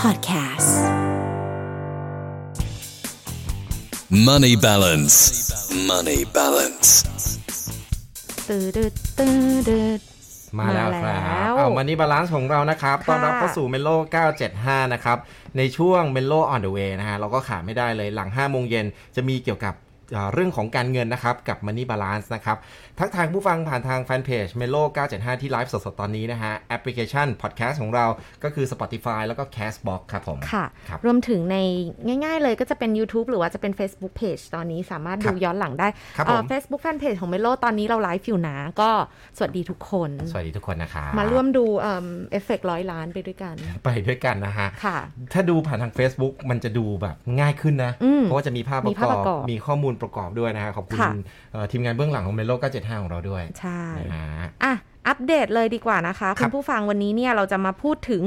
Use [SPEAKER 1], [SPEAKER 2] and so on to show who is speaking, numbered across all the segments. [SPEAKER 1] Podcasts.
[SPEAKER 2] Money balance. Money balance.
[SPEAKER 3] ตืดดตืดด
[SPEAKER 4] มาแล้วค
[SPEAKER 3] มาแล้
[SPEAKER 4] รับ
[SPEAKER 3] ว
[SPEAKER 4] เอามานี่บาลานซ์ของเรานะครับ
[SPEAKER 3] ค่ะ
[SPEAKER 4] ต้อนรับเข้าสู่เมโล975 นะครับ ในช่วงเมโลออนเดอะเวย์นะฮะเราก็ขาดไม่ได้เลยหลัง 5 โมงเย็นจะมีเกี่ยวกับเอ่อเรื่องของการเงินนะครับ กับ Money Balance นะครับ ทักทายผู้ฟังผ่านทางแฟนเพจ m e l o 975 ที่ไลฟ์สดๆ ตอนนี้นะฮะ แอปพลิเคชัน Podcast ของเราก็คือ Spotify แล้วก็ Castbox ครับผม
[SPEAKER 3] ค่ะ
[SPEAKER 4] ครับ
[SPEAKER 3] รวมถึงในง่ายๆเลยก็จะเป็น YouTube หรือว่าจะเป็น Facebook Page ตอนนี้สามารถดู
[SPEAKER 4] ครับ
[SPEAKER 3] ย้อนหลังได้
[SPEAKER 4] ครับผม
[SPEAKER 3] เอ่อ Facebook Fanpage ของเมโลตอนนี้เราไลฟ์อยู่นะ ก็สวัสดีทุกคน
[SPEAKER 4] สวัสดีทุกคนนะครับ
[SPEAKER 3] มาร่วมดูเอฟเฟกร้อยล้านไปด้วยกัน
[SPEAKER 4] ไปด้วยกันนะฮะ
[SPEAKER 3] ค่ะ
[SPEAKER 4] ถ้าดูผ่านทาง Facebook มันจะดูแบบง่ายขึ้นนะ
[SPEAKER 3] อืม
[SPEAKER 4] เพราะว่าจะมีภาพป
[SPEAKER 3] มี
[SPEAKER 4] ระก
[SPEAKER 3] ภาพ
[SPEAKER 4] อ
[SPEAKER 3] ประกอ
[SPEAKER 4] บบ มีข้อมูลประกอบด้วยนะฮะขอบคุณ
[SPEAKER 3] ค่ะ
[SPEAKER 4] เอ่อทีมงานเบื้องหลังของเมโล975 ของเราด้วย
[SPEAKER 3] ใช่
[SPEAKER 4] นะฮะ
[SPEAKER 3] อ่ะ อัปเดตเลยดีกว่านะคะ
[SPEAKER 4] ค
[SPEAKER 3] คุ
[SPEAKER 4] รั
[SPEAKER 3] ณ
[SPEAKER 4] บ
[SPEAKER 3] ผู้ฟังวันนี้เนี่ยเราจะมาพูดถึง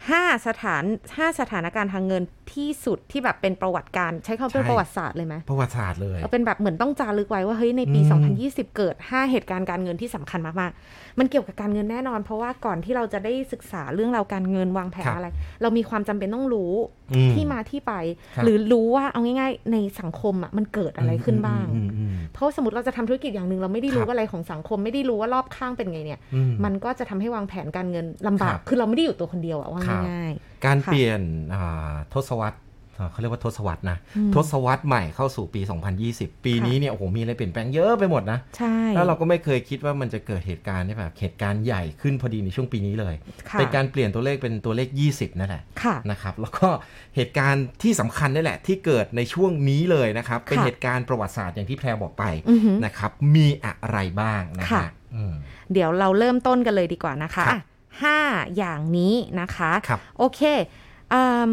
[SPEAKER 3] 5 สถาน 5 สถานการณ์ทางเงินที่สุดที่แบบเป็นประวัติการณ์ใช้คำว่าเป็นประวัติศาสตร์เลยไหม
[SPEAKER 4] ประวัติศาสตร์เลย
[SPEAKER 3] เออเป็นแบบเหมือนต้องจารึกไว้ว่าเฮ้ยในปี
[SPEAKER 4] อืม
[SPEAKER 3] 2020 เกิด 5 เหตุการณ์การเงินที่สำคัญมากๆ มันเกี่ยวกับการเงินแน่นอน เพราะว่าก่อนที่เราจะได้ศึกษาเรื่องราวการเงินวางแผน
[SPEAKER 4] ครับ
[SPEAKER 3] อะไร เรามีความจำเป็นต้องรู้
[SPEAKER 4] อืม
[SPEAKER 3] ที่มาที่ไป
[SPEAKER 4] ครับ
[SPEAKER 3] หรือรู้ว่าเอาง่ายๆ ในสังคมอ่ะมันเกิดอะไรขึ้นบ้าง
[SPEAKER 4] อืมอืม
[SPEAKER 3] เพราะสมมติเราจะทำธุรกิจอย่างหนึ่งเราไม่ได้รู้
[SPEAKER 4] ครับ
[SPEAKER 3] อะไรของสังคมไม่ได้รู้ว่ารอบข้างเป็นไงเนี่ย
[SPEAKER 4] อืม
[SPEAKER 3] มันก็จะทำให้วางแผนการเงินลำบาก
[SPEAKER 4] ครับ
[SPEAKER 3] คือเราไม่ได้อยู่ตัวคนเดียวอะว่า
[SPEAKER 4] ครับ
[SPEAKER 3] ง่าย
[SPEAKER 4] การ
[SPEAKER 3] ค่ะ
[SPEAKER 4] เปลี่ยนอ่าทศวรรษอ่าเขาเรียกว่าทศวรรษนะ
[SPEAKER 3] อืม
[SPEAKER 4] ทศวรรษใหม่เข้าสู่ปี 2020 ปี
[SPEAKER 3] ค่ะ
[SPEAKER 4] นี้เนี่ยโอ้โหมีอะไรเปลี่ยนแปลงเยอะไปหมดนะ
[SPEAKER 3] ๆ ใช่
[SPEAKER 4] แล้วเราก็ไม่เคยคิดว่ามันจะเกิดเหตุการณ์ที่แบบเหตุการณ์ใหญ่ขึ้นพอดีในช่วงปีนี้เลย
[SPEAKER 3] ค่ะ
[SPEAKER 4] เป็นการเปลี่ยนตัวเลขเป็นตัวเลข 20นั่นแหละ
[SPEAKER 3] ค่ะ
[SPEAKER 4] นะครับแล้วก็เหตุการณ์ที่สำคัญนี่แหละ ที่เกิดในช่วงนี้เลยนะครับ เป็น
[SPEAKER 3] ค่ะ
[SPEAKER 4] เหตุการณ์ประวัติศาสตร์อย่างที่แพรบอกไป
[SPEAKER 3] อือหือ
[SPEAKER 4] นะครับมีอะไรบ้างนะ
[SPEAKER 3] ค่ะ
[SPEAKER 4] ฮะอืม
[SPEAKER 3] เดี๋ยวเราเริ่มต้นกันเลยดีกว่านะคะ
[SPEAKER 4] ครับ
[SPEAKER 3] อ่ะห้าอย่างนี้นะคะ
[SPEAKER 4] ครับ
[SPEAKER 3] โอเคอืม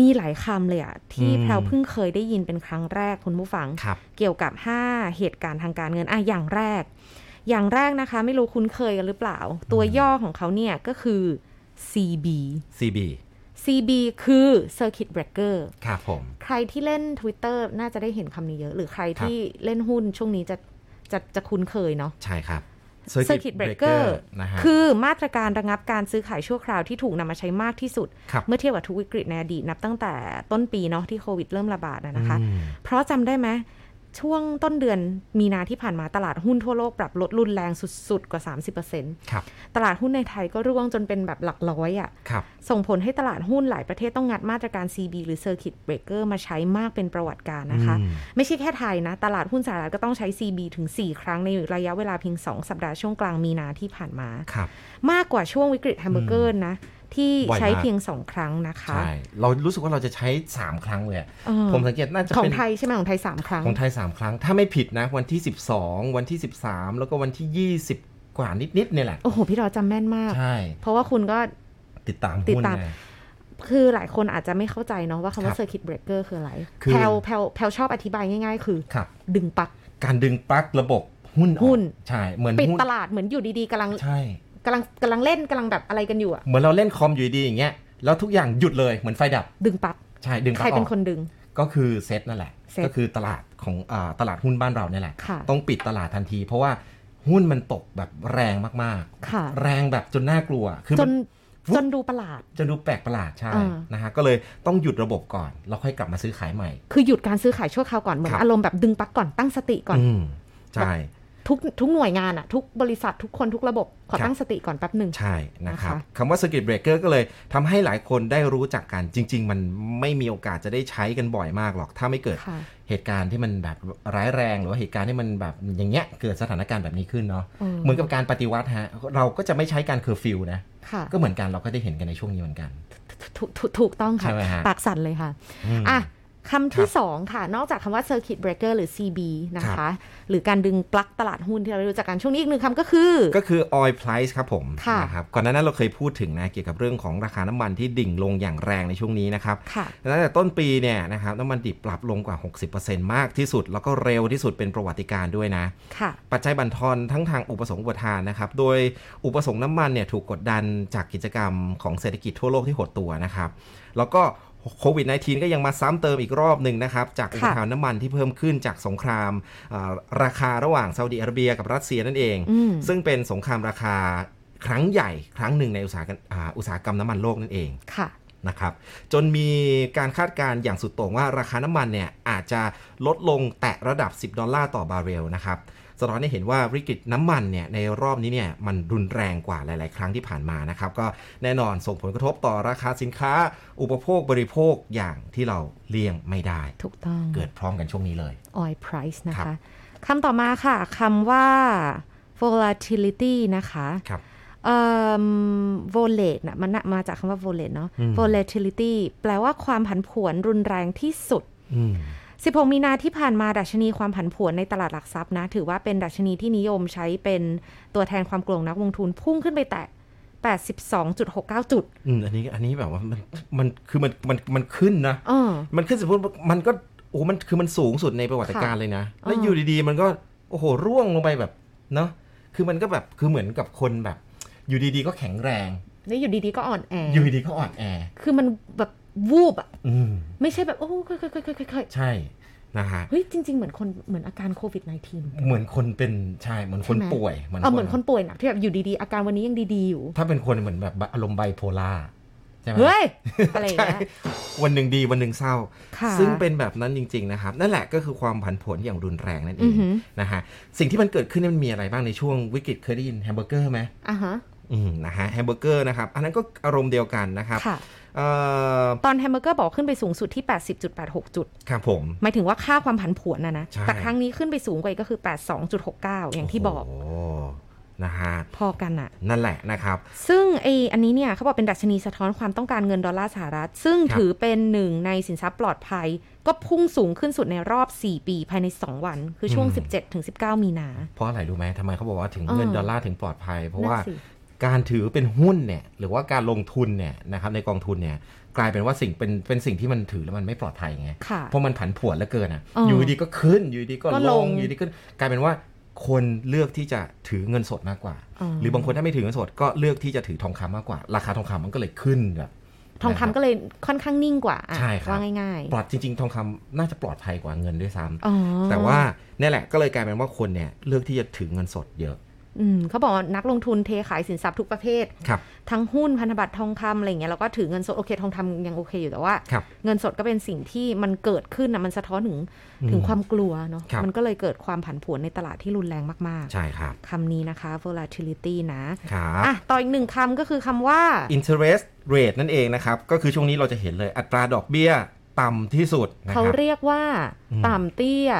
[SPEAKER 3] มีหลายคำเลยอะที่
[SPEAKER 4] อืม
[SPEAKER 3] แพรวเพิ่งเคยได้ยินเป็นครั้งแรกคุณผู้ฟัง
[SPEAKER 4] ครับ
[SPEAKER 3] เกี่ยวกับ 5 เหตุการณ์ทางการเงินอ่ะอย่างแรก อย่างแรกนะคะ ไม่รู้คุ้นเคยกันหรือเปล่า ตัวย่อของเขาเนี่ยก็คือ CB
[SPEAKER 4] CB
[SPEAKER 3] CB คือ Circuit Breaker
[SPEAKER 4] ครับผม
[SPEAKER 3] ใครที่เล่น Twitter น่าจะได้เห็นคำนี้เยอะ หรือใครที่เล่นหุ้นช่วงนี้จะจะจะคุ้นเคยเนาะ
[SPEAKER 4] ใช่ครับ
[SPEAKER 3] Circuit Breaker
[SPEAKER 4] นะฮะ
[SPEAKER 3] คือมาตรการระงับการซื้อขายชั่วคราวที่ถูกนำมาใช้มากที่สุด
[SPEAKER 4] ครับ
[SPEAKER 3] เมื่อเทียบกับทุกวิกฤตในอดีตนับตั้งแต่ต้นปีเนาะที่โควิดเริ่มระบาดนะนะคะ
[SPEAKER 4] อืม
[SPEAKER 3] เพราะจำได้ไหมช่วงต้นเดือนมีนาที่ผ่านมาตลาดหุ้นทั่วโลกปรับลดรุนแรงสุดๆ กว่า 30%
[SPEAKER 4] ครับ
[SPEAKER 3] ตลาดหุ้นในไทยก็ร่วงจนเป็นแบบหลักร้อยอะ่ะ
[SPEAKER 4] ครับ
[SPEAKER 3] ส่งผลให้ตลาดหุ้นหลายประเทศต้องงัดมาตรการ CB หรือ Circuit Breaker มาใช้มากเป็นประวัติการนะคะ
[SPEAKER 4] อืม
[SPEAKER 3] ไม่ใช่แค่ไทยนะ ตลาดหุ้นสหรัฐก็ต้องใช้ CB ถึง 4 ครั้งในระยะเวลาเพียง 2 สัปดาห์ช่วงกลางมีนาที่ผ่านมา
[SPEAKER 4] ครับ
[SPEAKER 3] มากกว่าช่วงวิกฤตแฮมเบอร์เกอร์นะ ที่
[SPEAKER 4] บ่อยมาก
[SPEAKER 3] ใช้เพียง 2 ครั้งนะคะ
[SPEAKER 4] ใช่ เรารู้สึกว่าเราจะใช้ 3 ครั้งเลยอะ
[SPEAKER 3] เออ
[SPEAKER 4] ผมสังเกตน่าจะ
[SPEAKER 3] ของ
[SPEAKER 4] เป็น
[SPEAKER 3] ไทยใช่ไหมของไทย 3 ครั้ง
[SPEAKER 4] ของไทย 3 ครั้ง ถ้าไม่ผิดนะ วันที่ 12 วันที่ 13 แล้วก็วันที่ 20 กว่านิดๆเนี่ยแหละ
[SPEAKER 3] โอ้โห พี่รอจำแม่นมาก
[SPEAKER 4] ใช่
[SPEAKER 3] เพราะว่าคุณก็
[SPEAKER 4] ติดตาม
[SPEAKER 3] ติ
[SPEAKER 4] หุ้น
[SPEAKER 3] ดตาม
[SPEAKER 4] นะ
[SPEAKER 3] คือหลายคนอาจจะไม่เข้าใจเนาะว่าคำ
[SPEAKER 4] ครั
[SPEAKER 3] ว่า
[SPEAKER 4] บ
[SPEAKER 3] circuit breaker คืออะไร
[SPEAKER 4] คือ
[SPEAKER 3] แพลวแพลวแพลวชอบอธิบายง่าย ๆ คือ
[SPEAKER 4] ครับ
[SPEAKER 3] ดึงปลัก
[SPEAKER 4] การดึงปลั๊กระบบหุ้นออก
[SPEAKER 3] หุ้น
[SPEAKER 4] ใช่ เหมือน
[SPEAKER 3] ปิด
[SPEAKER 4] หุ้น
[SPEAKER 3] ตลาดเหมือนอยู่ดีๆกำลัง
[SPEAKER 4] ใช่
[SPEAKER 3] กำลังกำลังเล่นกำลังแบบอะไรกันอยู่อะ
[SPEAKER 4] เหมือนเราเล่นคอมอยู่ดีอย่างเงี้ยแล้วทุกอย่างหยุดเลยเหมือนไฟดับ
[SPEAKER 3] ดึงปลัก
[SPEAKER 4] ใช่ดึงป
[SPEAKER 3] ใคร
[SPEAKER 4] ลั๊กอ
[SPEAKER 3] เป็
[SPEAKER 4] อน ก
[SPEAKER 3] คนดึง
[SPEAKER 4] ก็คือเซ็ตนั่นแหละ
[SPEAKER 3] เซ็ต
[SPEAKER 4] ก็คือตลาดของอาตลาดหุ้นบ้านเราเนี่ยแหละ
[SPEAKER 3] ค่ะ
[SPEAKER 4] ต้องปิดตลาดทันที เพราะว่าหุ้นมันตกแบบแรงมาก
[SPEAKER 3] ค่ะ
[SPEAKER 4] ๆ แรงแบบจนน่ากลัวคือ
[SPEAKER 3] จ
[SPEAKER 4] มัน น วุบ
[SPEAKER 3] จนดูประหลาด
[SPEAKER 4] จะดูแปลกประหลาดใช่
[SPEAKER 3] อ่าน
[SPEAKER 4] นะฮะก็เลยต้องหยุดระบบก่อนแล้วค่อยกลับมาซื้อขายใหม่
[SPEAKER 3] คือหยุดการซื้อขายชั่วคราวก่อน เหมือน
[SPEAKER 4] ครับ
[SPEAKER 3] อารมณ์แบบดึงปลักก่อนตั้งสติก่อน
[SPEAKER 4] อืมใช่
[SPEAKER 3] ทุกทุกหน่วยงานอะทุกบริษัททุกคนทุกระบบขอ
[SPEAKER 4] ครับ
[SPEAKER 3] ตั้งสติก่อนแป๊บหนึ่ง
[SPEAKER 4] ใช่นะครับ
[SPEAKER 3] นะคะ
[SPEAKER 4] คำว่าสกิ t เบรกเกอร์ก็เลยทำให้หลายคนได้รู้จักกันจริง ๆ มันไม่มีโอกาสจะได้ใช้กันบ่อยมากหรอก ถ้าไม่เกิด
[SPEAKER 3] ค่ะ
[SPEAKER 4] เหตุการณ์ที่มันแบบร้ายแรงหรือว่าเหตุการณ์ที่มันแบบอย่างเงี้ยเกิดสถานการณ์แบบนี้ขึ้นเนาะเหมือนกับการปฏิวัติฮะเราก็จะไม่ใช้การเคอร์ฟิวนะ
[SPEAKER 3] ค่ะ
[SPEAKER 4] ก็เหมือนกันเราก็ได้เห็นกันในช่วงนี้เหมือนกัน
[SPEAKER 3] ถูกถูกถูกต้องค่ะ
[SPEAKER 4] ใช่ไหมฮะ
[SPEAKER 3] ปากสั่นเลยค่ะ
[SPEAKER 4] อืม
[SPEAKER 3] อ่ะคำที่
[SPEAKER 4] ครับ
[SPEAKER 3] สองค่ะ นอกจากคำว่า circuit breaker หรือ CB นะ
[SPEAKER 4] ครั
[SPEAKER 3] คะ
[SPEAKER 4] บ
[SPEAKER 3] หรือการดึงปลั๊กตลาดหุ้นที่เรารู้จักกันช่วงนี้อีกหนึ่งคำก็คือ
[SPEAKER 4] ก็คือ oil price ครับผม
[SPEAKER 3] ค่ะ
[SPEAKER 4] นะครับก่อนหน้านั้นเราเคยพูดถึงนะเกี่ยวกับเรื่องของราคาน้ำมันที่ดิ่งลงอย่างแรงในช่วงนี้นะครับ
[SPEAKER 3] ค่ะ
[SPEAKER 4] ตั้งแต่ต้นปีเนี่ยนะครับน้ำมันดิบปรับลงกว่า 60%มากที่สุด แล้วก็เร็วที่สุดเป็นประวัติการณ์ด้วยนะ
[SPEAKER 3] ค่ะ
[SPEAKER 4] ปัจจัยบั่นทอนทั้งทางอุปสงค์อุปทานนะครับ โดยอุปสงค์น้ำมันเนี่ยถูกกดดันจากกิจกรรมของเศรษฐกิจทั่วโลกที่หดตัวนะครับ แล้วก็โควิด -19 ก็ยังมาซ้ำเติมอีกรอบหนึ่งนะครับ จากอุปทานน้ำมันที่เพิ่มขึ้นจากสงครามอ่าราคาระหว่างซาอุดิอาระเบียกับรัสเซียนั่นเอง
[SPEAKER 3] อืม
[SPEAKER 4] ซึ่งเป็นสงครามราคาครั้งใหญ่ครั้งหนึ่งในอุตสาหกรรมอ่าอุตสาหกรรมน้ำมันโลกนั่นเอง
[SPEAKER 3] ค่ะ
[SPEAKER 4] นะครับจนมีการคาดการณ์อย่างสุดโต่งว่าราคาน้ำมันเนี่ยอาจจะลดลงแตะระดับ 10 ดอลลาร์ต่อบาร์เรลนะครับสะท้อนให้เห็นว่าวิกฤตน้ำมันเนี่ยในรอบนี้เนี่ยมันรุนแรงกว่าหลาย ๆ ครั้งที่ผ่านมานะครับก็แน่นอนส่งผลกระทบต่อราคาสินค้า อุปโภคบริโภคอย่างที่เราเลี่ยงไม่ได้
[SPEAKER 3] ถูกต้อง
[SPEAKER 4] เกิดพร้อมกันช่วงนี้เลย
[SPEAKER 3] oil price นะ
[SPEAKER 4] ครั
[SPEAKER 3] คะ
[SPEAKER 4] บ
[SPEAKER 3] คำต่อมาค่ะคำว่า volatility นะคะ
[SPEAKER 4] ครับ
[SPEAKER 3] เอ่อ volate นะมันน่ะมาจากคำว่า volate เนาะ
[SPEAKER 4] อืม
[SPEAKER 3] volatility แปลว่าความผันผวนรุนแรงที่สุด
[SPEAKER 4] อืม
[SPEAKER 3] 16 มีนาที่ผ่านมาดัชนีความผันผวนในตลาดหลักทรัพย์นะ ถือว่าเป็นดัชนีที่นิยมใช้เป็นตัวแทนความกลัวของนักลงทุนพุ่งขึ้นไปแตะ 82.69 จุด
[SPEAKER 4] อืมอันนี้อันนี้แบบว่ามันมันคือมันมันมันขึ้นนะ
[SPEAKER 3] เออ
[SPEAKER 4] มันขึ้นสมมติมันก็โอ้โหมันคือมันสูงสุดในประวัติการเลยนะ แล้วอยู่ดีๆ มันก็โอ้โหร่วงลงไปแบบเนาะคือมันก็แบบคือเหมือนกับคนแบบ อยู่ดีๆ ก็แข็งแรง
[SPEAKER 3] แล้วอยู่ดีๆ ก็อ่อนแอ
[SPEAKER 4] อยู่ดีๆก็อ่อนแอ
[SPEAKER 3] คือมันแบบวูบอะ
[SPEAKER 4] อืม
[SPEAKER 3] ไม่ใช่แบบ โอ้ค่อยๆๆๆๆ
[SPEAKER 4] ใช่นะฮะ
[SPEAKER 3] เฮ้ย จริง ๆ เหมือนคนเหมือนอาการโควิด -19
[SPEAKER 4] เหมือนคนเป็นใช่เหมือนคน
[SPEAKER 3] ใช่ไหม
[SPEAKER 4] ป่วยเหมือน
[SPEAKER 3] เออเหมือนคนป่วยหนักที่แบบอยู่ดีๆ อาการวันนี้ยังดี ๆ อยู่
[SPEAKER 4] ถ้าเป็นคนเหมือนแบบอารมณ์ไบโพล่าใช่ไหม
[SPEAKER 3] เฮ้ย อะไรอย่างเงี้ย
[SPEAKER 4] ใช่วันหนึ่งดีวันหนึ่งเศร้า
[SPEAKER 3] ค่ะ
[SPEAKER 4] ซึ่งเป็นแบบนั้นจริง ๆ นะครับ นั่นแหละก็คือความผันผวนอย่างรุนแรงนั่นเอ
[SPEAKER 3] อื
[SPEAKER 4] ง
[SPEAKER 3] อหือ
[SPEAKER 4] นะฮะสิ่งที่มันเกิดขึ้นเนยมันมีอะไรบ้างในช่วงวิกฤตเคยได้ยินแฮมเบอร์เกอร์ไหม
[SPEAKER 3] อ่ะฮะ
[SPEAKER 4] อืมนะฮะแฮมเบอร์เกอร์นะครับ อันนั้นก็อารมณ์เดียวกันนะครับ
[SPEAKER 3] ค่ะ
[SPEAKER 4] เอ่อ
[SPEAKER 3] ตอนแฮมเบอร์เกอร์บอกขึ้นไปสูงสุดที่ 80.86 จุด
[SPEAKER 4] ครับผม
[SPEAKER 3] หมายถึงว่าค่าความผันผวนนะนะ
[SPEAKER 4] ใช่
[SPEAKER 3] แต่ครั้งนี้ขึ้นไปสูงกว่าอีกก็คือ 82.69 อย่างที่บอก
[SPEAKER 4] โโหนะฮะ
[SPEAKER 3] พอกันอะ
[SPEAKER 4] นั่นแหละนะครับ
[SPEAKER 3] ซึ่งไออันนี้เนี่ยเขาบอกเป็นดัชนีสะท้อนความต้องการเงินดอลลาร์สหรัฐ ซึ่ง
[SPEAKER 4] ครับ
[SPEAKER 3] ถือเป็นหนึ่งในสินทรัพย์ปลอดภัย ก็พุ่งสูงขึ้นสุดในรอบ 4 ปีภายใน 2 วัน คือช่วง 17-19 มีนา
[SPEAKER 4] เพราะอะไรรู้ไหมทำไมเขาบอกว่าถึง
[SPEAKER 3] เออ
[SPEAKER 4] เงินดอลลาร์ถึงปลอดภัย เพราะว่า
[SPEAKER 3] นั่นสิ
[SPEAKER 4] การถือเป็นหุ้นเนี่ยหรือว่าการลงทุนเนี่ยนะครับในกองทุนเนี่ยกลายเป็นว่าสิ่งเป็นเป็นสิ่งที่มันถือแล้วมันไม่ปลอดภัยไง
[SPEAKER 3] ค่ะ
[SPEAKER 4] เพราะมันผันผวนเหลือเกินอ่ะ
[SPEAKER 3] เอออ
[SPEAKER 4] อยู่ดีก็ขึ้น อยู่ดีก็
[SPEAKER 3] ก็
[SPEAKER 4] ล
[SPEAKER 3] ล
[SPEAKER 4] ง
[SPEAKER 3] ง
[SPEAKER 4] อยู่ดีก็กลายเป็นว่าคนเลือกที่จะถือเงินสดมากกว่า
[SPEAKER 3] อ๋อ
[SPEAKER 4] หรือบางคนถ้าไม่ถือเงินสดก็เลือกที่จะถือทองคำมากกว่า ราคาทองคำมันก็เลยขึ้นแบบ
[SPEAKER 3] ทองคำก็เลยค่อนข้างนิ่งกว่าอะ
[SPEAKER 4] ใช่ครับ
[SPEAKER 3] ว่าง่าย
[SPEAKER 4] ปลอดจริง ๆ ทองคำน่าจะปลอดภัยกว่าเงินด้วยซ้ำ
[SPEAKER 3] ๆอ๋อ
[SPEAKER 4] แต่ว่าเนี่ยแหละก็เลยกลายเป็นว่าคนเนี่ยเลือกที่จะถือเงินสดเยอะ
[SPEAKER 3] อืมเขาบอกว่านักลงทุนเทขายสินทรัพย์ทุกประเภท
[SPEAKER 4] ครับ
[SPEAKER 3] ทั้งหุ้นพันธบัตรทองคำอะไรอย่างเงี้ยแล้วก็ถือเงินสดโอเคทองคำยังโอเคอยู่แต่ว่า
[SPEAKER 4] ครับ
[SPEAKER 3] เงินสดก็เป็นสิ่งที่มันเกิดขึ้นนะมันสะท้อนถึง
[SPEAKER 4] อืม
[SPEAKER 3] ถึงความกลัวเนาะ
[SPEAKER 4] ครับ
[SPEAKER 3] มันก็เลยเกิดความผันผวนในตลาดที่รุนแรงมาก
[SPEAKER 4] ใช่ครับ
[SPEAKER 3] ๆคำนี้นะคะ volatility นะครับ อ่ะต่ออีกหนึ่งคำก็คือคำว่า
[SPEAKER 4] interest rate นั่นเองนะครับ ก็คือช่วงนี้เราจะเห็นเลยอัตราดอกเบี้ยต่ำที่สุดนะค
[SPEAKER 3] เขา
[SPEAKER 4] รับ
[SPEAKER 3] เรียกว่า
[SPEAKER 4] อืม
[SPEAKER 3] ต่ำเตี้ย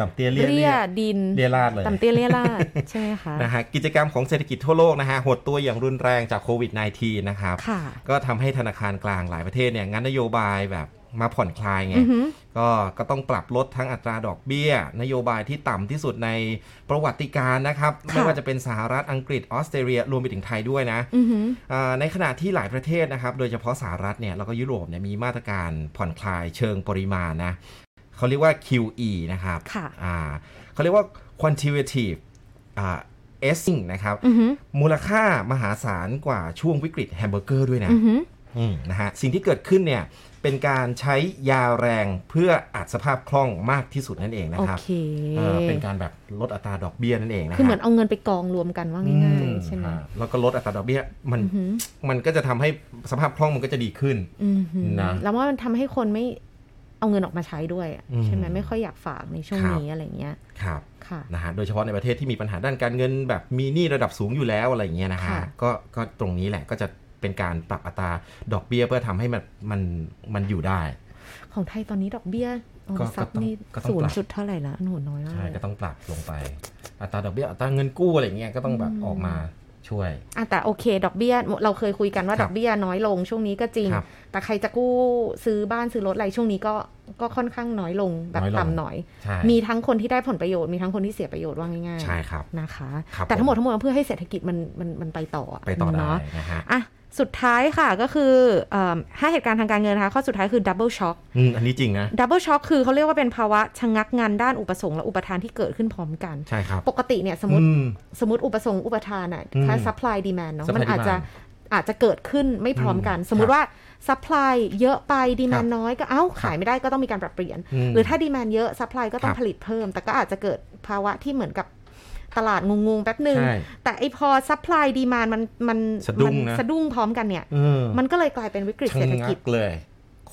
[SPEAKER 4] ต่ำเตี้ยเรีย
[SPEAKER 3] เรีย
[SPEAKER 4] ย
[SPEAKER 3] ดิน
[SPEAKER 4] เรียราดเลย
[SPEAKER 3] ต่ำเตี้ยเรียลาดใช่ไหมคะ
[SPEAKER 4] นะฮะกิจกรรมของเศรษฐกิจทั่วโลกนะฮะหดตัวอย่างรุนแรงจากโควิด -19 นะครับ
[SPEAKER 3] ค่ะ
[SPEAKER 4] ก็ทำให้ธนาคารกลางหลายประเทศเนี่ยงั้นนโยบายแบบมาผ่อนคลายไง
[SPEAKER 3] อือหือ
[SPEAKER 4] ก็ก็ต้องปรับลดทั้งอัตราดอกเบี้ย นโยบายที่ต่ำที่สุดในประวัติการนะครับ ไม่ว่าจะเป็นสหรัฐอังกฤษออสเตรเลียรวมไปถึงไทยด้วยนะ
[SPEAKER 3] อือหือ
[SPEAKER 4] อ่าในขณะที่หลายประเทศนะครับ โดยเฉพาะสหรัฐเนี่ยแล้วก็ยุโรปเนี่ยมีมาตรการผ่อนคลายเชิงปริมาณนะเขาเรียกว่า QE นะครับ
[SPEAKER 3] ค่ะ
[SPEAKER 4] อ่าเขาเรียกว่า quantitative อ่า easing นะครับ
[SPEAKER 3] อือหือ
[SPEAKER 4] มูลค่ามหาศาลกว่าช่วงวิกฤตแฮมเบอร์เกอร์ด้วยนะ
[SPEAKER 3] อือหือ
[SPEAKER 4] อืมนะฮะสิ่งที่เกิดขึ้นเนี่ยเป็นการใช้ยาแรงเพื่ออัดสภาพคล่องมากที่สุดนั่นเองนะ
[SPEAKER 3] โอ
[SPEAKER 4] ครับ
[SPEAKER 3] เค
[SPEAKER 4] เอ่อเป็นการแบบลดอัตราดอกเบี้ยนั่นเองนะ
[SPEAKER 3] คือเหมือน
[SPEAKER 4] ฮะ
[SPEAKER 3] เอาเงินไปกองรวมกันว่า
[SPEAKER 4] อื
[SPEAKER 3] ง่าย
[SPEAKER 4] ม
[SPEAKER 3] ๆ ใช่ไหม
[SPEAKER 4] ฮะแล้วก็ลดอัตราดอกเบี้ยมัน
[SPEAKER 3] อือหือ
[SPEAKER 4] มันก็จะทำให้สภาพคล่องมันก็จะดีขึ้น
[SPEAKER 3] อือหือ
[SPEAKER 4] นะ
[SPEAKER 3] แล้วว่ามันทำให้คนไม่เอาเงินออกมาใช้ด้วยอะ
[SPEAKER 4] อืม
[SPEAKER 3] ใช่ไหมไม่ค่อยอยากฝากในช่วง
[SPEAKER 4] ครับ
[SPEAKER 3] นี้อะไรเงี้ย
[SPEAKER 4] ครับ
[SPEAKER 3] ค่ะ
[SPEAKER 4] นะฮะโดยเฉพาะในประเทศที่มีปัญหาด้านการเงินแบบมีหนี้ระดับสูงอยู่แล้วอะไรอย่างเงี้ยนะฮะ
[SPEAKER 3] ค่ะ
[SPEAKER 4] ก็ก็ตรงนี้แหละก็จะเป็นการปรับอัตราดอกเบี้ยเพื่อทำให้มันมันมันอยู่ได้
[SPEAKER 3] ของไทยตอนนี้ดอกเบี้ยออม
[SPEAKER 4] ก็
[SPEAKER 3] ทรัพย์
[SPEAKER 4] ก็ต้อง
[SPEAKER 3] นี่
[SPEAKER 4] ก็ต้อง
[SPEAKER 3] ศูน
[SPEAKER 4] ปรั
[SPEAKER 3] ย์
[SPEAKER 4] บ
[SPEAKER 3] จุดเท่าไหร่ละหนูน้อยมาก
[SPEAKER 4] ใช่
[SPEAKER 3] เลย
[SPEAKER 4] ก็ต้องปรับลงไป อัตราดอกเบี้ยอัตราเงินกู้อะไรอย่างเงี้ยก็ต้องแบบออกมาช่วย
[SPEAKER 3] อ่ะแต่โอเค ดอกเบี้ยเราเคยคุยกันว่า
[SPEAKER 4] ค
[SPEAKER 3] ด
[SPEAKER 4] รับ
[SPEAKER 3] อกเบี้ยน้อยลงช่วงนี้ก็จริง
[SPEAKER 4] ครับ
[SPEAKER 3] แต่ใครจะกู้ซื้อบ้านซื้อรถอะไรช่วงนี้ก็ก็ค่อนข้างน้อยลงแบบ
[SPEAKER 4] น้อยลง
[SPEAKER 3] ต่ำหน่อย
[SPEAKER 4] ใช่
[SPEAKER 3] มีทั้งคนที่ได้ผลประโยชน์มีทั้งคนที่เสียประโยชน์ว่าง่ายๆ
[SPEAKER 4] ใช่ครับ
[SPEAKER 3] นะคะ
[SPEAKER 4] ครับ
[SPEAKER 3] แต่ทั้งหมด
[SPEAKER 4] ผม
[SPEAKER 3] ทั้งมวลเพื่อให้เศรษฐกิจมันมันมันไปต่อ
[SPEAKER 4] ไปต่อได้
[SPEAKER 3] เนาะ
[SPEAKER 4] นะฮะ
[SPEAKER 3] อ่ะสุดท้ายค่ะก็คือเอิ่มห้าเหตุการณ์ทางการเงินนะคะข้อสุดท้ายคือ double shock
[SPEAKER 4] อืมอันนี้จริงนะ
[SPEAKER 3] double shock คือเขาเรียกว่าเป็นภาวะชะงักงานด้านอุปสงค์และอุปทานที่เกิดขึ้นพร้อมกัน
[SPEAKER 4] ใช่ครับ
[SPEAKER 3] ปกติเนี่ยสมมติ
[SPEAKER 4] อืม
[SPEAKER 3] สมมติอุปสงค์อุปทานอ่ะ
[SPEAKER 4] อืม
[SPEAKER 3] คล้าย supply demand เนาะ
[SPEAKER 4] supply
[SPEAKER 3] มันอาจจะ
[SPEAKER 4] demand
[SPEAKER 3] อาจจะเกิดขึ้นไม่พร้อมกัน
[SPEAKER 4] อืม
[SPEAKER 3] สมมุติว่า supply เยอะไป
[SPEAKER 4] ค
[SPEAKER 3] demand
[SPEAKER 4] รับ
[SPEAKER 3] น้อยก็เอ้าขายไม่ได้ก็ต้องมีการปรับเปลี่ยน
[SPEAKER 4] อืม
[SPEAKER 3] หรือถ้า demand เยอะ supply ก็ต้อ
[SPEAKER 4] ค
[SPEAKER 3] ง
[SPEAKER 4] รับ
[SPEAKER 3] ผลิตเพิ่ม แต่ก็อาจจะเกิดภาวะที่เหมือนกับ ตลาดงงๆแป๊บหนึ่ง
[SPEAKER 4] ใช่
[SPEAKER 3] แต่ไอพอซัพพลายดีมานมันมัน
[SPEAKER 4] สะดุ้ง
[SPEAKER 3] มั
[SPEAKER 4] นะ
[SPEAKER 3] สะดุ้งพร้อมกันเนี่ย
[SPEAKER 4] เออ
[SPEAKER 3] มันก็เลยกลายเป็นวิกฤต
[SPEAKER 4] ชะ
[SPEAKER 3] เศรษฐ
[SPEAKER 4] งั
[SPEAKER 3] กิจ
[SPEAKER 4] กเลย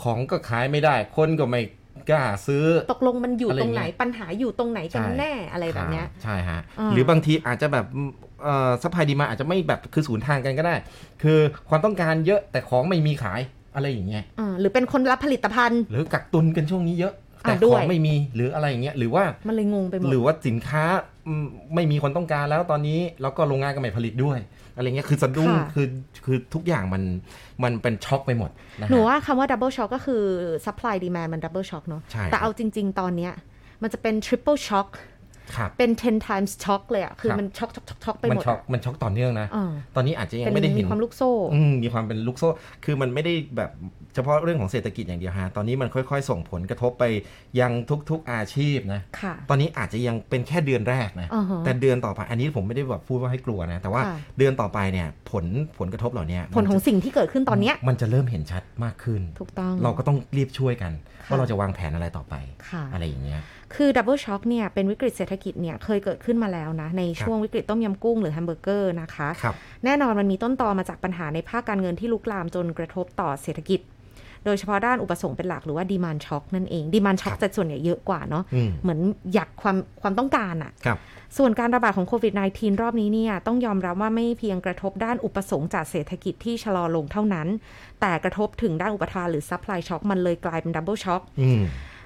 [SPEAKER 4] ของก็ขายไม่ได้ คนก็ไม่กล้าซื้อ
[SPEAKER 3] ตกลงมันอยู่
[SPEAKER 4] อะไร
[SPEAKER 3] ตรงไหน
[SPEAKER 4] เงี้ย
[SPEAKER 3] ปัญหาอยู่ตรงไหนกัน
[SPEAKER 4] ใช่
[SPEAKER 3] แน่อะไรแบบเนี้ย
[SPEAKER 4] ครับใช่ฮะ
[SPEAKER 3] อ่า
[SPEAKER 4] หรือบางทีอาจจะแบบเอ่อซัพพลายดีมาอาจจะไม่แบบคือศูนย์ทางกันก็ได้ คือความต้องการเยอะแต่ของไม่มีขายอะไรอย่างเงี้ย
[SPEAKER 3] อ่าหรือเป็นคนรับผลิตภัณฑ์
[SPEAKER 4] หรือกักตุนกันช่วงนี้เยอะ
[SPEAKER 3] อ่ะ
[SPEAKER 4] แต่
[SPEAKER 3] ด้
[SPEAKER 4] ข
[SPEAKER 3] ว
[SPEAKER 4] อย งไม่มีหรืออะไรอย่างเงี้ยหรือว่า
[SPEAKER 3] มันเลยงงไปหมด
[SPEAKER 4] หรือว่าสินค้าอืมไม่มีคนต้องการแล้วตอนนี้แล้วก็โรงงานก็ไม่ผลิตด้วย อะไรเงี้ยคือสะดุ้ง
[SPEAKER 3] ค่ะ
[SPEAKER 4] คือคือทุกอย่างมันมันเป็นช็อกไปหมดนะฮะ
[SPEAKER 3] หนูว่าคำว่า double shock ก็คือ supply demand มัน double shock เนอะ
[SPEAKER 4] ใช่
[SPEAKER 3] แต่เอาจริง ๆ ตอนเนี้ยมันจะเป็น triple shock
[SPEAKER 4] ครับ
[SPEAKER 3] เป็น 10 times shock เลยอะคือ
[SPEAKER 4] ครับ
[SPEAKER 3] มันช็อกช็อกช็อกช็อกไป
[SPEAKER 4] มัน
[SPEAKER 3] หมด
[SPEAKER 4] ช็อก
[SPEAKER 3] อะ
[SPEAKER 4] มันช็อกต่อเนื่องนะ
[SPEAKER 3] อ่า
[SPEAKER 4] ตอนนี้อาจจะยั
[SPEAKER 3] เป็
[SPEAKER 4] ง
[SPEAKER 3] น
[SPEAKER 4] ไม่ได้
[SPEAKER 3] มี
[SPEAKER 4] เห็น
[SPEAKER 3] ความลูกโซ่
[SPEAKER 4] อืมมีความเป็นลูกโซ่ คือมันไม่ได้แบบเฉพาะเรื่องของเศรษฐกิจอย่างเดียวฮะตอนนี้มันค่อย ๆ ส่งผลกระทบไปยังทุกๆอาชีพนะ
[SPEAKER 3] ค่ะ
[SPEAKER 4] ตอนนี้อาจจะยังเป็นแค่เดือนแรกนะ
[SPEAKER 3] อ่าฮะ
[SPEAKER 4] แต่เดือนต่อไปอันนี้ผมไม่ได้แบบพูดว่าให้กลัวนะแต่ว่า
[SPEAKER 3] ค่ะ
[SPEAKER 4] เดือนต่อไปเนี่ยผลผลกระทบเหล่าเนี้ย
[SPEAKER 3] ผลของสิ่งที่เกิดขึ้นตอนเนี้ย
[SPEAKER 4] มันจะเริ่มเห็นชัดมากขึ้น
[SPEAKER 3] ถูกต้อง
[SPEAKER 4] เราก็ต้องรีบช่วยกัน
[SPEAKER 3] ค่ะ
[SPEAKER 4] ว่าเราจะวางแผนอะไรต่อไป
[SPEAKER 3] ค่ะ
[SPEAKER 4] อะไรอย่างเงี้ย
[SPEAKER 3] คือ Double Shock เนี่ยเป็นวิกฤตเศรษฐกิจเนี่ยเคยเกิดขึ้นมาแล้วนะ ในช่วงวิกฤตต้มยำกุ้งหรือแฮมเบอร์เกอร์นะคะ
[SPEAKER 4] ครับ
[SPEAKER 3] แน่นอนมันมีต้นตอมาจากปัญหาในภาคการเงินที่ลุกลามจนกระทบต่อเศรษฐกิจ โดยเฉพาะด้านอุปสงค์เป็นหลักหรือว่าดีมานช็อ k นั่นเองดีมานช็อ k
[SPEAKER 4] ครับ
[SPEAKER 3] จะส่วนใหญ่เยอะกว่าเนาะ
[SPEAKER 4] อืม
[SPEAKER 3] เหมือนอยากความความต้องการอะ
[SPEAKER 4] ครับ
[SPEAKER 3] ส่วนการระบาดของโควิด -19 รอบนี้เนี่ยต้องยอมรับว่าไม่เพียงกระทบด้านอุปสงค์จากเศรษฐกิจที่ชะลอลงเท่านั้น แต่กระทบถึงด้านอุปทานหรือซัพพลายช็อคมันเลยกลายเป็นดับเบิลช็อ
[SPEAKER 4] อืม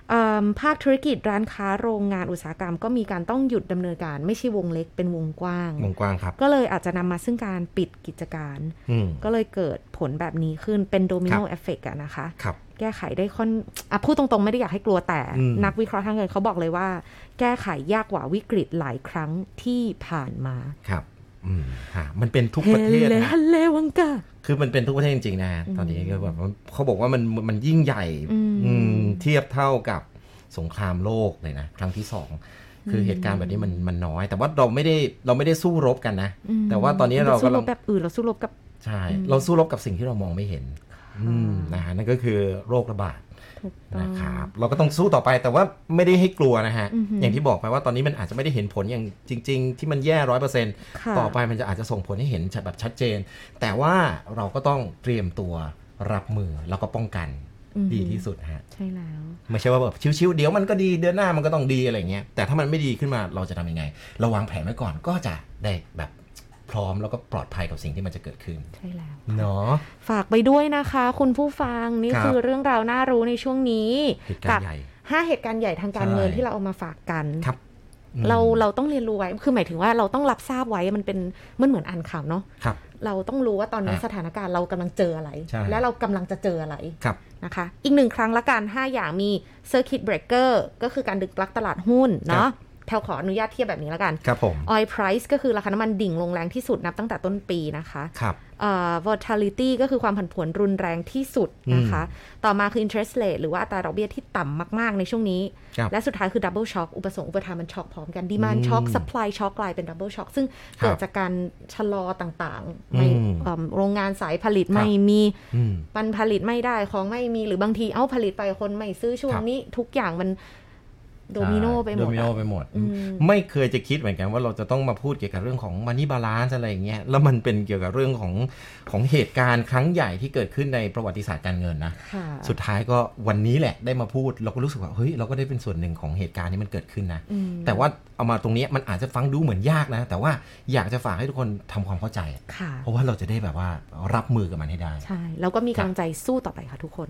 [SPEAKER 3] เอิ่มภาคธุรกิจร้านค้าโรงงานอุตสาหกรรมก็มีการต้องหยุดดำเนินการไม่ใช่วงเล็กเป็นวงกว้าง
[SPEAKER 4] วงกว้างครับ
[SPEAKER 3] ก็เลยอาจจะนำมาซึ่งการปิดกิจการ
[SPEAKER 4] อืม
[SPEAKER 3] ก็เลยเกิดผลแบบนี้ขึ้นเป็นโดมิโน
[SPEAKER 4] ครับ
[SPEAKER 3] เอฟเฟกต์อะนะคะ
[SPEAKER 4] ครับ
[SPEAKER 3] แก้ไขได้ค่อนอ่ะพูดตรงๆ ไม่ได้อยากให้กลัวแต่
[SPEAKER 4] อืม
[SPEAKER 3] นักวิเคราะห์ทางเงินเขาบอกเลยว่า แก้ไขยากกว่าวิกฤตหลายครั้งที่ผ่านมา
[SPEAKER 4] ครับ อืมฮะมันเป็นทุก
[SPEAKER 3] เฮ
[SPEAKER 4] ประเทศ
[SPEAKER 3] เล
[SPEAKER 4] นะ
[SPEAKER 3] ฮัลเลวังกา
[SPEAKER 4] คือมันเป็นทุกประเทศจริงๆนะฮะ
[SPEAKER 3] อืม
[SPEAKER 4] ตอนนี้ก็แบบว่าเขาบอกว่ามันมันยิ่งใหญ่
[SPEAKER 3] อืม
[SPEAKER 4] อืมเทียบเท่ากับสงครามโลกเลยนะครั้งที่สองคืออ
[SPEAKER 3] ม
[SPEAKER 4] เหตุการณ์แบบนี้มันมันน้อย แต่ว่าเราไม่ได้เราไม่ได้สู้รบกันนะ แต่ว่าตอนนี้เรา
[SPEAKER 3] สู้
[SPEAKER 4] กำ
[SPEAKER 3] ร
[SPEAKER 4] ลั
[SPEAKER 3] บ
[SPEAKER 4] ง
[SPEAKER 3] แบบอื่นเราสู้รบกับ
[SPEAKER 4] ใช่ เราสู้รบกับสิ่งที่เรามองไม่เห็น อืมนะฮะนั่นก็คือโรคระบาด
[SPEAKER 3] ถูกต้อง
[SPEAKER 4] นะครับเราก็ต้องสู้ต่อไปแต่ว่าไม่ได้ให้กลัวนะฮะ
[SPEAKER 3] อือหือ
[SPEAKER 4] อ
[SPEAKER 3] อ
[SPEAKER 4] ย่างที่บอกไปว่าตอนนี้มันอาจจะไม่ได้เห็นผลอย่างจริง ๆ ที่มันแย่ร้อยเปอร์เซ็นต์
[SPEAKER 3] ค่ะ
[SPEAKER 4] ต่อไปมันจะอาจจะส่งผลให้เห็นแบบชัดเจน แต่ว่าเราก็ต้องเตรียมตัวรับมือแล้วก็ป้องกัน
[SPEAKER 3] อือหือ
[SPEAKER 4] ดีที่สุดฮะ
[SPEAKER 3] ใช่แล้ว
[SPEAKER 4] ไม่ใช่ว่าแบบชิวๆเดี๋ยวมันก็ดีเดือนหน้ามันก็ต้องดีอะไรเงี้ยแต่ถ้ามันไม่ดีขึ้นมาเราจะทำยังไง เราวางแผนไว้ก่อนก็จะได้แบบพร้อมแล้วก็ปลอดภัยกับสิ่งที่มันจะเกิดขึ้น
[SPEAKER 3] ใช่แล้ว
[SPEAKER 4] เนาะ
[SPEAKER 3] ฝากไปด้วยนะคะ คุณผู้ฟังนี่
[SPEAKER 4] ครับ
[SPEAKER 3] คือเรื่องราวน่ารู้ในช่วงนี้
[SPEAKER 4] เหตุการณ์ใหญ่
[SPEAKER 3] ห้าเหตุการณ์ใหญ่ทางการ
[SPEAKER 4] ใช่
[SPEAKER 3] เงินที่เราเอามาฝากกัน
[SPEAKER 4] ครับอืม
[SPEAKER 3] เราเราต้องเรียนรู้ไว้คือหมายถึงว่าเราต้องรับทราบไว้มันเป็นมันเหมือนอ่านข่าวเนาะ
[SPEAKER 4] ครับ
[SPEAKER 3] เราต้องรู้ว่าตอนนี้
[SPEAKER 4] อ่ะ
[SPEAKER 3] สถานการณ์เรากำลังเจออะไร
[SPEAKER 4] ใช่
[SPEAKER 3] และเรากำลังจะเจออะไร
[SPEAKER 4] ครับ
[SPEAKER 3] นะคะ อีกหนึ่งครั้งละกัน 5 อย่างมี circuit breaker ก็คือการดึงปลั๊กตลาดหุ้นเนาะแถวขออนุญาตเทียบแบบนี้ละกัน
[SPEAKER 4] ครับผม
[SPEAKER 3] oil price ก็คือราคาน้ำมันดิ่งลงแรงที่สุดนับตั้งแต่ต้นปีนะคะ
[SPEAKER 4] ครับ
[SPEAKER 3] เอ่อ volatility ก็คือความผันผวนรุนแรงที่สุดนะคะ ต่อมาคือ interest rate หรือว่าอัตราดอกเบี้ยที่ต่ำมาก ๆ ในช่วงนี้
[SPEAKER 4] ครับ
[SPEAKER 3] และสุดท้ายคือ double shock อุปสงค์อุปทานมันช็อกพร้อมกัน demand
[SPEAKER 4] อืม
[SPEAKER 3] shock supply shock กลายเป็น double shock ซึ่ง
[SPEAKER 4] ครับ
[SPEAKER 3] เกิดจากการชะลอต่างๆไม่
[SPEAKER 4] อืม
[SPEAKER 3] เอิ่มโรงงานสายผลิต
[SPEAKER 4] ครับ
[SPEAKER 3] ไม่มี
[SPEAKER 4] อืม
[SPEAKER 3] มันผลิตไม่ได้ของไม่มีหรือบางทีเอ้าผลิตไปคนไม่ซื้อช่วง
[SPEAKER 4] ครับ
[SPEAKER 3] นี้ทุกอย่างมันโดมิโนไปหมด
[SPEAKER 4] โดมิโน
[SPEAKER 3] อะ
[SPEAKER 4] ไปหมด
[SPEAKER 3] อืม
[SPEAKER 4] ไม่เคยจะคิดเหมือนกันว่าเราจะต้องมาพูดเกี่ยวกับเรื่องของมันนี่บาลานซ์อะไรอย่างเงี้ยแล้วมันเป็นเกี่ยวกับเรื่องของของเหตุการณ์ครั้งใหญ่ที่เกิดขึ้นในประวัติศาสตร์การเงินนะ
[SPEAKER 3] ค่ะ
[SPEAKER 4] สุดท้ายก็วันนี้แหละได้มาพูดเราก็รู้สึกว่าเฮ้ยเราก็ได้เป็นส่วนหนึ่งของเหตุการณ์ที่มันเกิดขึ้นนะ
[SPEAKER 3] อืม
[SPEAKER 4] แต่ว่าเอามาตรงเนี้ยมันอาจจะฟังดูเหมือนยากนะ แต่ว่าอยากจะฝากให้ทุกคนทำความเข้าใจ
[SPEAKER 3] ค่ะ
[SPEAKER 4] เพราะว่าเราจะได้แบบว่ารับมือกับมันให้ได้
[SPEAKER 3] ใช่แล้วก็มีกำลังใจสู้ต่อไปค่ะทุกคน